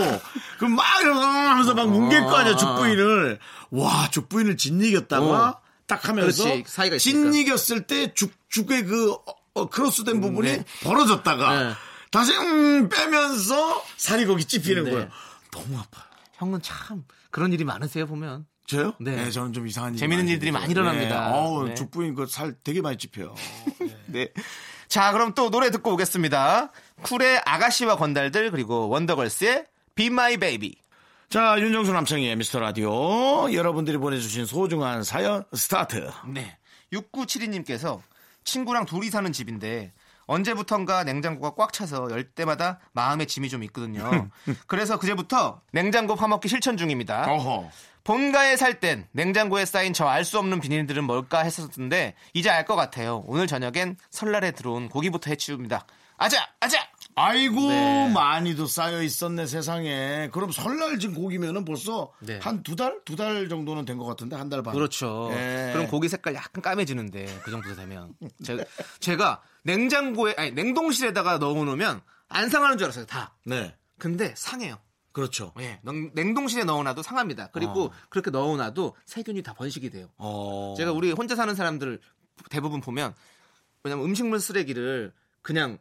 그럼 막 이러면서 아, 하면서 막 뭉갤 거 아니야, 죽부인을. 와, 죽부인을 짓이겼다가 어. 딱 하면서 그렇지, 사이가 있으니까. 짓이겼을 때 죽, 죽의 그 어, 어, 크로스된 부분이 네. 벌어졌다가 네. 다시 음 빼면서 살이 거기 찝히는 네. 거예요. 너무 아파요. 형은 참 그런 일이 많으세요 보면. 저요? 네. 네. 저는 좀 이상한 일이 재밌는 많이 일들이 많이 생겨요. 일어납니다. 네. 어우, 네. 죽부인 그 살 되게 많이 찝혀요. 네. 자, 그럼 또 노래 듣고 오겠습니다. 쿨의 아가씨와 건달들 그리고 원더걸스의 Be My Baby. 자, 윤정수 남창희의 미스터 라디오. 여러분들이 보내주신 소중한 사연, 스타트. 네. 6972님께서 친구랑 둘이 사는 집인데 언제부턴가 냉장고가 꽉 차서 열 때마다 마음에 짐이 좀 있거든요. 그래서 그제부터 냉장고 파먹기 실천 중입니다. 어허. 본가에 살 땐 냉장고에 쌓인 저 알 수 없는 비닐들은 뭘까 했었는데 이제 알 것 같아요. 오늘 저녁엔 설날에 들어온 고기부터 해치웁니다. 아자, 아자. 아이고, 네. 많이도 쌓여 있었네, 세상에. 그럼 설날 지금 고기면은 벌써 네. 한 두 달? 두 달 정도는 된 것 같은데, 한 달 반. 그렇죠. 예. 그럼 고기 색깔 약간 까매지는데 그 정도 되면 제, 제가 냉장고에 아니 냉동실에다가 넣어놓으면 안 상하는 줄 알았어요 다. 네. 근데 상해요. 그렇죠. 예, 냉- 냉동실에 넣어놔도 상합니다. 그리고 그렇게 넣어놔도 세균이 다 번식이 돼요. 어. 제가 우리 혼자 사는 사람들 대부분 보면 왜냐면 음식물 쓰레기를 그냥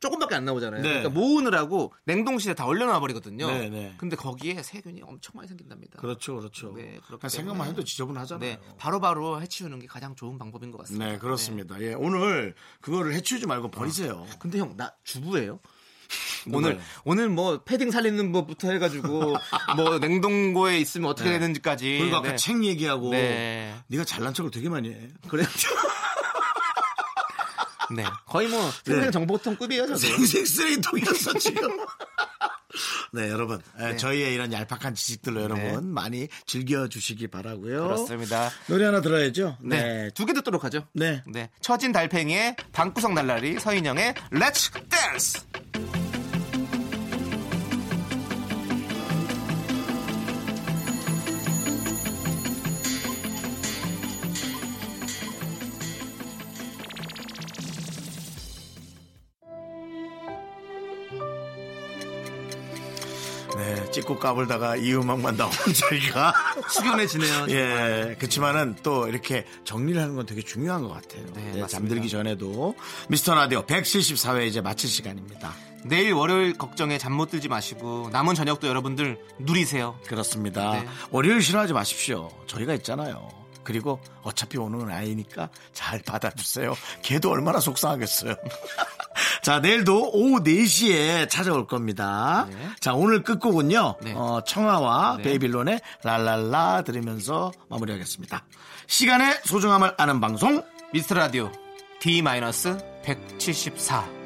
조금밖에 안 나오잖아요. 네. 그러니까 모으느라고 냉동실에 다 얼려놔 버리거든요. 네, 네. 근데 거기에 세균이 엄청 많이 생긴답니다. 그렇죠, 그렇죠. 네, 그렇기 그냥 생각만 때문에. 해도 지저분하잖아요. 네, 바로바로 해치우는 게 가장 좋은 방법인 것 같습니다. 네, 그렇습니다. 예, 오늘 그거를 해치우지 말고 버리세요. 근데 형 나 주부예요. 누가요? 오늘 오늘 뭐 패딩 살리는 법부터 해가지고 뭐 냉동고에 있으면 어떻게 네. 되는지까지. 그리고 아까 네. 책 얘기하고 네. 네가 잘난 척을 되게 많이 해. 그래. 네. 거의 뭐 생생 정보통급이에요, 저도. 생생 쓰레기통이었어 지금. 네, 여러분 예, 저희의 이런 얄팍한 지식들로 여러분 네. 많이 즐겨 주시기 바라고요. 그렇습니다. 노래 하나 들어야죠. 네. 네, 두 개 듣도록 하죠. 네. 네. 처진 달팽이의 방구석 날라리 서인영의 Let's Dance. 네, 찍고 까불다가 이 음악만 나오면 저희가 숙연해지네요. 예, 그렇지만은 또 이렇게 정리를 하는 건 되게 중요한 것 같아요. 예, 네, 맞습니다. 잠들기 전에도 미스터 라디오 174회 이제 마칠 시간입니다. 내일 월요일 걱정에 잠 못 들지 마시고 남은 저녁도 여러분들 누리세요. 그렇습니다. 네. 월요일 싫어하지 마십시오. 저희가 있잖아요. 그리고 어차피 오는 건 아니니까 잘 받아주세요. 걔도 얼마나 속상하겠어요. 자, 내일도 오후 4시에 찾아올 겁니다. 네. 자, 오늘 끝곡은요. 네. 어, 청하와 네. 베이빌론의 랄랄라 들으면서 마무리하겠습니다. 시간의 소중함을 아는 방송. 미스터 라디오 D-174. Oh,